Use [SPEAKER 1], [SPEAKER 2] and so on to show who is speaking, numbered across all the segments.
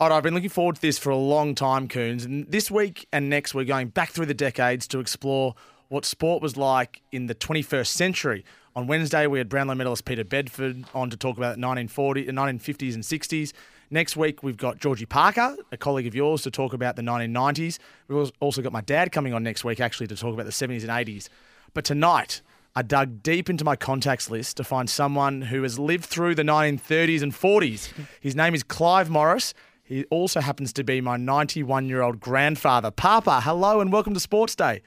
[SPEAKER 1] All right, I've been looking forward to this for a long time, Coons. And this week and next, we're going back through the decades to explore what sport was like in the 21st century. On Wednesday, we had Brownlow medalist Peter Bedford on to talk about the 1940, 1950s and 60s. Next week, we've got Georgie Parker, a colleague of yours, to talk about the 1990s. We've also got my dad coming on next week, actually, to talk about the 70s and 80s. But tonight, I dug deep into my contacts list to find someone who has lived through the 1930s and 40s. His name is Clive Morris. He also happens to be my 91 year old grandfather. Papa, hello and welcome to Sports Day.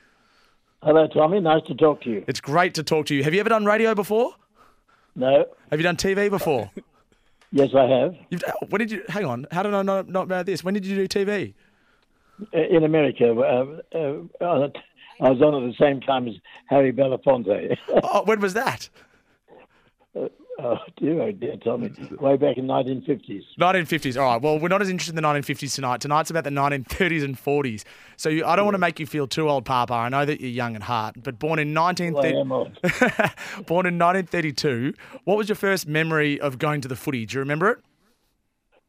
[SPEAKER 2] Hello, Tommy. Nice to talk to you.
[SPEAKER 1] It's great to talk to you. Have you ever done radio before?
[SPEAKER 2] No,
[SPEAKER 1] Have you done TV before?
[SPEAKER 2] yes, I have
[SPEAKER 1] You've, oh, when did you? Hang on. How did I know not about this? When did you do TV?
[SPEAKER 2] in America. Uh, uh, I was I was on at the same time as Harry Belafonte.
[SPEAKER 1] Oh, when was that?
[SPEAKER 2] oh dear, oh dear, Tommy. Way back in 1950s.
[SPEAKER 1] 1950s. All right. Well, we're not as interested in the 1950s tonight. Tonight's about the 1930s and 40s. So you, I don't want to make you feel too old, Papa. I know that you're young at heart, but born in
[SPEAKER 2] Well, I
[SPEAKER 1] 1930,
[SPEAKER 2] am old.
[SPEAKER 1] born in 1932. What was your first memory of going to the footy? Do you remember it?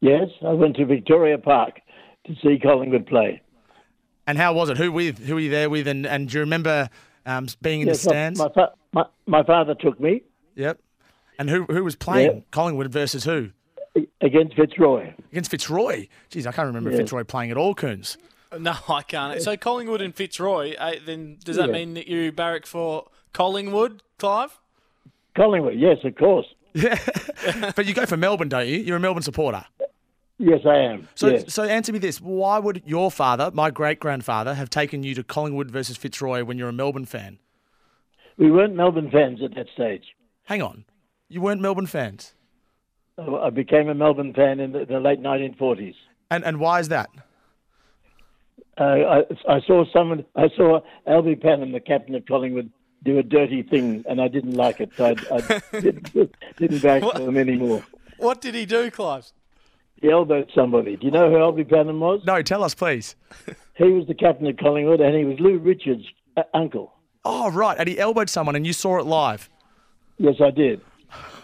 [SPEAKER 2] Yes, I went to Victoria Park to see Collingwood play.
[SPEAKER 1] And how was it? Who with? Who were you there with? And and do you remember um, being in
[SPEAKER 2] Yes,
[SPEAKER 1] the
[SPEAKER 2] my-
[SPEAKER 1] stands?
[SPEAKER 2] My, fa- my, my father took me
[SPEAKER 1] Yep. And who who was playing?
[SPEAKER 2] Yeah.
[SPEAKER 1] Collingwood versus who?
[SPEAKER 2] against Fitzroy.
[SPEAKER 1] Against Fitzroy. Jeez, I can't remember
[SPEAKER 2] Yeah.
[SPEAKER 1] Fitzroy playing at all, Coons.
[SPEAKER 3] No, I can't. So Collingwood and Fitzroy. Uh, then does that
[SPEAKER 2] Yeah.
[SPEAKER 3] mean that you barrack for Collingwood, Clive?
[SPEAKER 2] Collingwood, yes, of course.
[SPEAKER 1] But you go for Melbourne, don't you? You're a Melbourne supporter.
[SPEAKER 2] Yes, I am.
[SPEAKER 1] So,
[SPEAKER 2] yes.
[SPEAKER 1] so answer me this: Why would your father, my great grandfather, have taken you to Collingwood versus Fitzroy when you're a Melbourne fan?
[SPEAKER 2] We weren't Melbourne fans at that stage.
[SPEAKER 1] Hang on, you weren't Melbourne fans,
[SPEAKER 2] I I became a Melbourne fan in the, the late 1940s.
[SPEAKER 1] and and why is that?
[SPEAKER 2] uh, I, I saw someone, I saw Albie Panham, the captain of Collingwood, do a dirty thing, and I didn't like it, so I, I didn't, didn't back for them anymore.
[SPEAKER 3] What did he do, Clive?
[SPEAKER 2] He elbowed somebody. Do you know who Albie Panham was?
[SPEAKER 1] No, tell us, please.
[SPEAKER 2] He was the captain of Collingwood, and he was Lou Richards' uh, uncle.
[SPEAKER 1] Oh, right, and he elbowed someone, and you saw it live.
[SPEAKER 2] Yes, I did.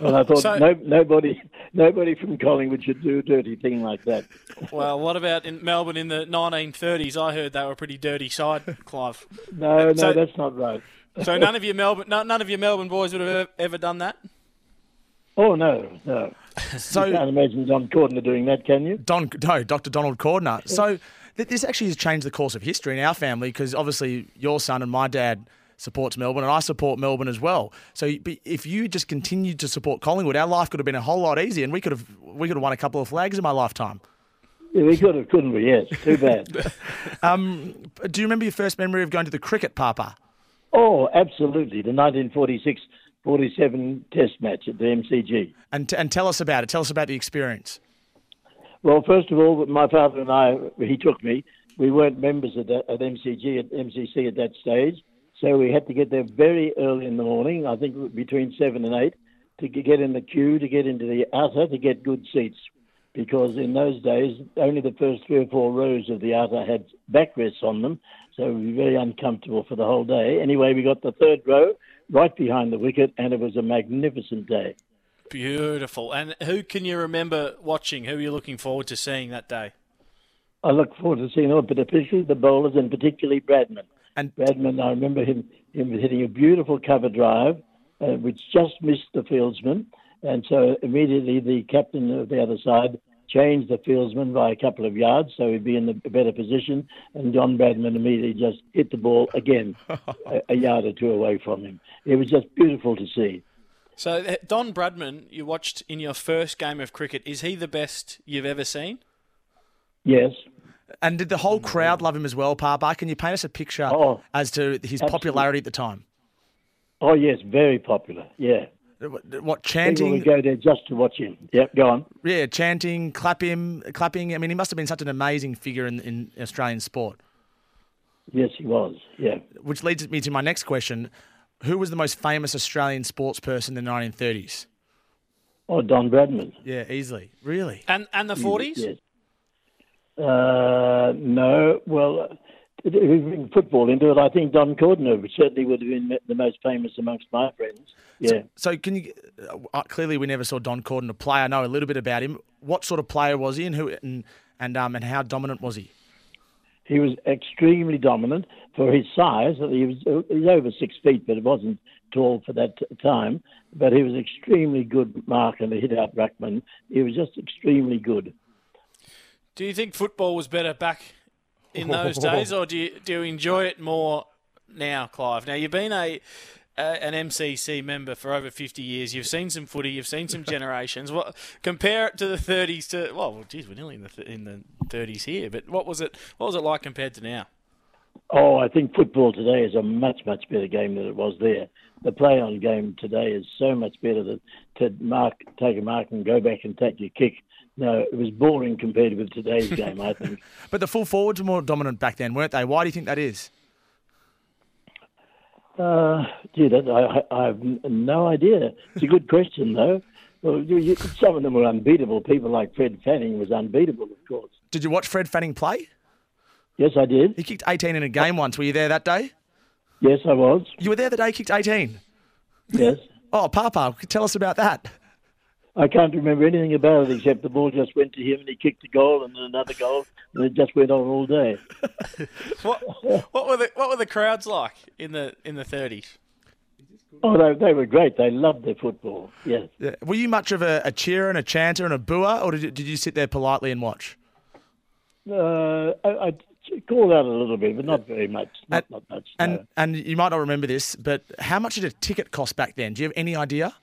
[SPEAKER 2] And I thought
[SPEAKER 3] So-
[SPEAKER 2] no, nobody, nobody from Collingwood should do a dirty thing like that.
[SPEAKER 3] Well, what about in Melbourne in the 1930s? I heard they were a pretty dirty side, Clive.
[SPEAKER 2] No, no,
[SPEAKER 3] So-
[SPEAKER 2] that's not right.
[SPEAKER 3] So none of your Melbourne, no, none of your Melbourne boys would have ever, ever done that.
[SPEAKER 2] Oh no, no.
[SPEAKER 1] So,
[SPEAKER 2] Can't imagine Don Cordner doing that, can you?
[SPEAKER 1] Don, no, Dr. Donald Cordner. So th- this actually has changed the course of history in our family because obviously your son and my dad supports Melbourne and I support Melbourne as well. So but if you just continued to support Collingwood, our life could have been a whole lot easier and we could have we could have won a couple of flags in my lifetime.
[SPEAKER 2] Yeah, we could have, couldn't we? Yes, too bad.
[SPEAKER 1] But Do you remember your first memory of going to the cricket, Papa?
[SPEAKER 2] Oh, absolutely. The 1946 47 test match at the MCG.
[SPEAKER 1] And t- and tell us about it. Tell us about the experience.
[SPEAKER 2] Well, first of all, my father and I, he took me. We weren't members at, that, at MCG, at MCC at that stage. So we had to get there very early in the morning, I think between 7 and 8, to g- get in the queue, to get into the outer, to get good seats. Because in those days, only the first three or four rows of the outer had backrests on them. So it would be very uncomfortable for the whole day. Anyway, we got the third row right behind the wicket, and it was a magnificent day.
[SPEAKER 3] Beautiful. And who can you remember watching? Who are you looking forward to seeing that day?
[SPEAKER 2] I look forward to seeing all, but especially the bowlers and particularly Bradman.
[SPEAKER 1] And
[SPEAKER 2] Bradman, I remember him him hitting a beautiful cover drive, uh, which just missed the fieldsman, and so immediately the captain of the other side changed the fieldsman by a couple of yards, so he'd be in a better position. And John Bradman immediately just hit the ball again, a, a yard or two away from him. It was just beautiful to see.
[SPEAKER 3] So uh, Don Bradman, you watched in your first game of cricket. Is he the best you've ever seen?
[SPEAKER 2] Yes,
[SPEAKER 1] and did the whole crowd love him as well, Papa? Can you paint us a picture
[SPEAKER 2] Oh,
[SPEAKER 1] as to his popularity at the time?
[SPEAKER 2] oh yes, very popular. Yeah,
[SPEAKER 1] What, what
[SPEAKER 2] people
[SPEAKER 1] chanting?
[SPEAKER 2] would go there just to watch him. Yep, go on.
[SPEAKER 1] Yeah, chanting, clap him, clapping. I mean, he must have been such an amazing figure in, in Australian sport.
[SPEAKER 2] Yes, he was. Yeah.
[SPEAKER 1] Which leads me to my next question: Who was the most famous Australian sports person in the 1930s?
[SPEAKER 2] Oh, Don Bradman.
[SPEAKER 1] Yeah, easily. Really?
[SPEAKER 3] And and the 40s?
[SPEAKER 2] Yes. Uh, no. Well, if we bring football into it, I think Don Cordner certainly would have been the most famous amongst my friends. Yeah.
[SPEAKER 1] So, can you? Uh, clearly, we never saw Don Cordon play. I know a little bit about him. What sort of player was he, and who? And and um, and how dominant was he?
[SPEAKER 2] He was extremely dominant for his size. He was, he was over six feet, but it wasn't tall for that time. But he was extremely good mark and a hit out ruckman. He was just extremely good.
[SPEAKER 3] Do you think football was better back in those days, or do you do you enjoy it more now, Clive? Now you've been a uh, an MCC member for over 50 years. You've seen some footy. You've seen some generations. What compare it to the 30s? To well, well geez, we're nearly in the th- in the 30s here. But what was it? What was it like compared to now?
[SPEAKER 2] Oh, I think football today is a much, much better game than it was there. The play on game today is so much better than to mark, take a mark and go back and take your kick. No, it was boring compared with today's game, I think.
[SPEAKER 1] But the full forwards were more dominant back then, weren't they? Why do you think that is?
[SPEAKER 2] Uh, gee, that, I, I have no idea. It's a good question, though. Well, you, you, some of them were unbeatable. People like Fred Fanning was unbeatable, of course.
[SPEAKER 1] Did you watch Fred Fanning play?
[SPEAKER 2] Yes, I did.
[SPEAKER 1] He kicked 18 in a game once. Were you there that day?
[SPEAKER 2] Yes, I was.
[SPEAKER 1] You were there the day he kicked 18.
[SPEAKER 2] Yes.
[SPEAKER 1] Oh, Papa, tell us about that.
[SPEAKER 2] I can't remember anything about it except the ball just went to him and he kicked a goal and then another goal and it just went on all day.
[SPEAKER 3] What what were the what were the crowds like in the in the 30s?
[SPEAKER 2] Oh, they, they were great. They loved their football. Yes.
[SPEAKER 1] Yeah. Uh, Were you much of a, a cheerer and a chanter and a booer, or did you, did you sit there politely and watch?
[SPEAKER 2] Uh, I, I called out a little bit, but not very much. Not,
[SPEAKER 1] And-
[SPEAKER 2] not much.
[SPEAKER 1] And
[SPEAKER 2] no.
[SPEAKER 1] and you might not remember this, but how much did a ticket cost back then? Do you have any idea?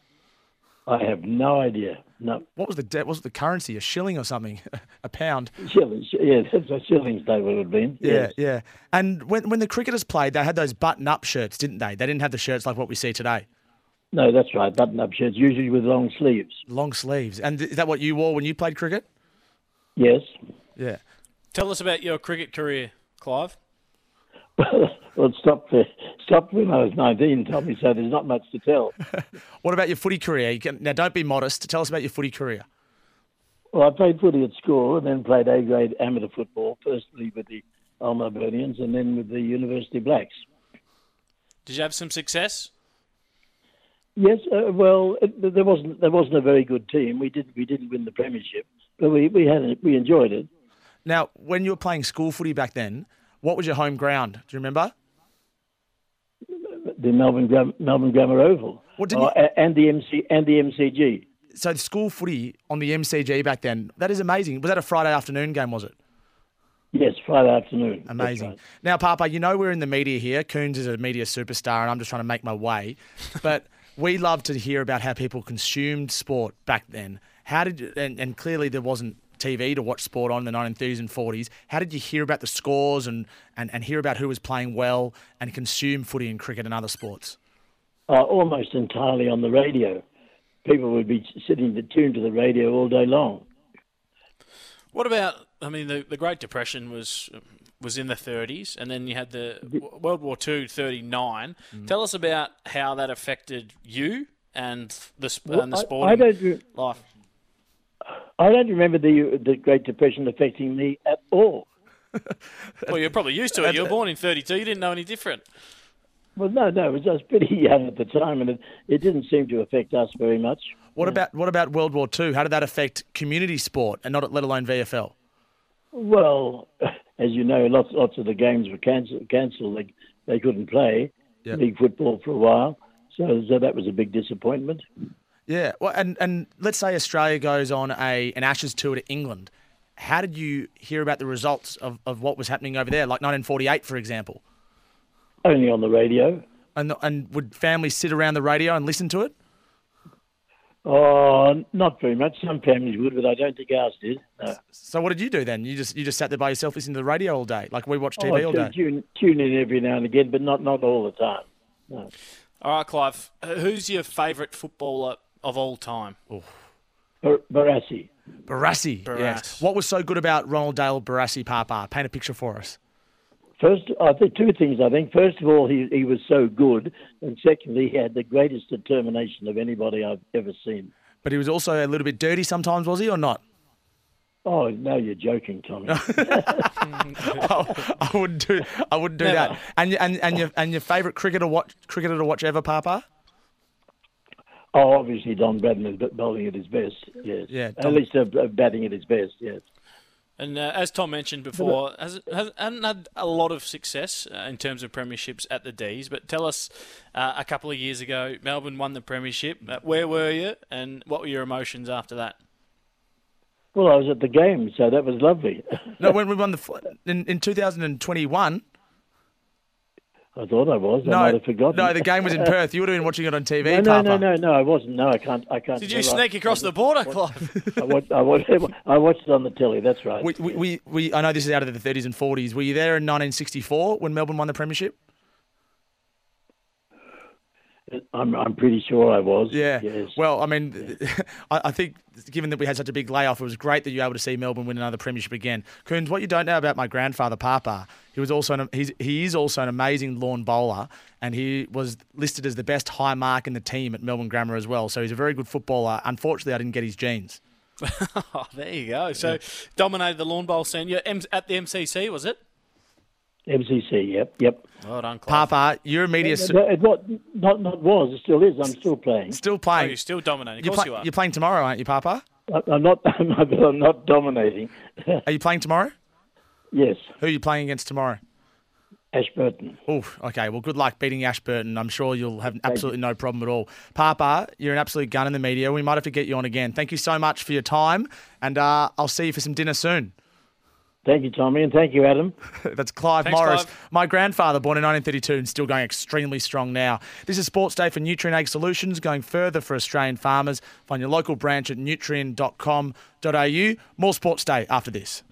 [SPEAKER 2] I have no idea. No.
[SPEAKER 1] What was the debt? Was it the currency? A shilling or something? a pound?
[SPEAKER 2] Shillings. Yeah, that's a shillings they would have been. Yes.
[SPEAKER 1] Yeah, yeah. And when when the cricketers played, they had those button-up shirts, didn't they? They didn't have the shirts like what we see today,
[SPEAKER 2] No, that's right. Button up shirts, usually with long sleeves.
[SPEAKER 1] long sleeves. And is that what you wore when you played cricket?
[SPEAKER 2] Yes.
[SPEAKER 1] Yeah.
[SPEAKER 3] Tell us about your cricket career, Clive.
[SPEAKER 2] well, it stopped, there. stopped when I was 19, Tommy, so there's not much to tell.
[SPEAKER 1] What about your footy career? You can, now, don't be modest. Tell us about your footy career.
[SPEAKER 2] Well, I played footy at school and then played A grade amateur football, firstly with the Almobonians and then with the University Blacks.
[SPEAKER 3] Did you have some success?
[SPEAKER 2] Yes, uh, well, it, there wasn't there wasn't a very good team. We did we didn't win the premiership, but we we had it, we enjoyed it.
[SPEAKER 1] Now, when you were playing school footy back then, what was your home ground? Do you remember?
[SPEAKER 2] The Melbourne Gram- Melbourne Grammar Oval,
[SPEAKER 1] Well, didn't
[SPEAKER 2] Oh, a- and the MC and the MCG.
[SPEAKER 1] So, the school footy on the MCG back then, that is amazing. Was that a Friday afternoon game, was it?
[SPEAKER 2] Yes, Friday afternoon. That's
[SPEAKER 1] Amazing.
[SPEAKER 2] right.
[SPEAKER 1] Now, Papa, you know we're in the media here. Coons is a media superstar, and I'm just trying to make my way. But we love to hear about how people consumed sport back then. How did you, and, and clearly there wasn't TV to watch sport on in the 1930s and 40s. How did you hear about the scores and, and, and hear about who was playing well and consume footy and cricket and other sports?
[SPEAKER 2] uh, almost entirely on the radio. People would be sitting tuned to the radio all day long.
[SPEAKER 3] What about? I mean, the, the Great Depression was was in the 30s, and then you had the W- World War II 39.
[SPEAKER 2] Mm.
[SPEAKER 3] Tell us about how that affected you and the sp- and the
[SPEAKER 2] I-
[SPEAKER 3] sporting
[SPEAKER 2] I don't re-
[SPEAKER 3] life.
[SPEAKER 2] I don't remember the the Great Depression affecting me at all.
[SPEAKER 3] Well, you're probably used to it. You were born in 32. You didn't know any different.
[SPEAKER 2] Well, no, no, it was, I was pretty young at the time, and it, it didn't seem to affect us very much.
[SPEAKER 1] What about what about World War II? How did that affect community sport and not let alone VFL?
[SPEAKER 2] Well, as you know, lots lots of the games were cancelled. Cancelled. They they couldn't play
[SPEAKER 1] Yeah.
[SPEAKER 2] league football for a while, so so that was a big disappointment.
[SPEAKER 1] Yeah, well, and and let's say Australia goes on a an Ashes tour to England. How did you hear about the results of, of what was happening over there, like 1948, for example?
[SPEAKER 2] Only on the radio.
[SPEAKER 1] And and would families sit around the radio and listen to it?
[SPEAKER 2] Oh, not very much. Some families would, but I don't think ours did. No.
[SPEAKER 1] So what did you do then? You just you just sat there by yourself listening to the radio all day, like we watch TV
[SPEAKER 2] Oh,
[SPEAKER 1] all
[SPEAKER 2] tu-
[SPEAKER 1] day.
[SPEAKER 2] tune, tune in every now and again, but not not all the time. No.
[SPEAKER 3] All right, Clive. Who's your favourite footballer of all time?
[SPEAKER 2] Bar- Barassi.
[SPEAKER 1] Barassi, yes.
[SPEAKER 3] Barassi.
[SPEAKER 1] What was so good about Ronald Dale Barassi Papa? Paint a picture for us.
[SPEAKER 2] First, I think two things. I think first of all, he he was so good, and secondly, he had the greatest determination of anybody I've ever seen.
[SPEAKER 1] But he was also a little bit dirty sometimes, was he or not?
[SPEAKER 2] Oh, now you're joking, Tommy.
[SPEAKER 1] I wouldn't do I wouldn't do
[SPEAKER 3] Never.
[SPEAKER 1] that. And y- and and your and your favourite cricketer watch cricketer to watch ever, Papa?
[SPEAKER 2] oh, obviously Don Bradman is bowling at his best. Yes.
[SPEAKER 1] Yeah,
[SPEAKER 2] At
[SPEAKER 1] Don-
[SPEAKER 2] least uh, uh, batting at his best. Yes.
[SPEAKER 3] And uh, as Tom mentioned before, has, has, hasn't had a lot of success uh, in terms of premierships at the D's. But tell us, uh, a couple of years ago, Melbourne won the premiership. Uh, where were you, and what were your emotions after that?
[SPEAKER 2] Well, I was at the game, so that was lovely.
[SPEAKER 1] No, when we won the fl- in, in 2021.
[SPEAKER 2] I thought I was. I
[SPEAKER 1] No,
[SPEAKER 2] might have forgotten.
[SPEAKER 1] no, the game was in Perth. You would have been watching it on TV,
[SPEAKER 2] No, no,
[SPEAKER 1] Papa.
[SPEAKER 2] no, no, no, I wasn't. No, I can't. I can't.
[SPEAKER 3] Did you
[SPEAKER 2] no, I-
[SPEAKER 3] sneak across the border, Clive?
[SPEAKER 2] I watched, I, watched, I watched it on the telly. That's right.
[SPEAKER 1] We, we, we, we, I know this is out of the 30s and 40s. Were you there in 1964 when Melbourne won the premiership?
[SPEAKER 2] I'm, I'm pretty sure I was.
[SPEAKER 1] Yeah.
[SPEAKER 2] Yes.
[SPEAKER 1] Well, I mean, I, I think given that we had such a big layoff, it was great that you were able to see Melbourne win another premiership again. Coons, what you don't know about my grandfather Papa, he was also an, he's, he is also an amazing lawn bowler, and he was listed as the best high mark in the team at Melbourne Grammar as well. So he's a very good footballer. Unfortunately, I didn't get his genes.
[SPEAKER 3] oh, there you go. So dominated the lawn bowl scene. You're M- at the MCC, was it?
[SPEAKER 2] MCC. Yep. Yep.
[SPEAKER 3] Well done, Clive.
[SPEAKER 1] Papa, you're a media s-
[SPEAKER 2] No, it was, not not was. It still is. I'm still playing.
[SPEAKER 1] still
[SPEAKER 3] Oh,
[SPEAKER 1] playing.
[SPEAKER 3] you're still dominating. Of
[SPEAKER 1] You're
[SPEAKER 3] course
[SPEAKER 1] play-
[SPEAKER 3] you are.
[SPEAKER 1] You're playing tomorrow, aren't you, Papa?
[SPEAKER 2] I- I'm not. I'm not, I'm not dominating.
[SPEAKER 1] Are you playing tomorrow?
[SPEAKER 2] yes.
[SPEAKER 1] Who are you playing against tomorrow?
[SPEAKER 2] Ashburton.
[SPEAKER 1] Oh, okay. Well, good luck beating Ashburton. I'm sure you'll have absolutely no problem at all. Papa, you're an absolute gun in the media. We might have to get you on again. Thank you so much for your time, and uh, I'll see you for some dinner soon.
[SPEAKER 2] Thank you, Tommy, and thank you, Adam.
[SPEAKER 1] That's Clive
[SPEAKER 3] Thanks,
[SPEAKER 1] Morris,
[SPEAKER 3] Clive.
[SPEAKER 1] my grandfather, born in 1932 and still going extremely strong now. This is Sports Day for Nutrien Ag Solutions, going further for Australian farmers. Find your local branch at nutrien.com.au. More Sports Day after this.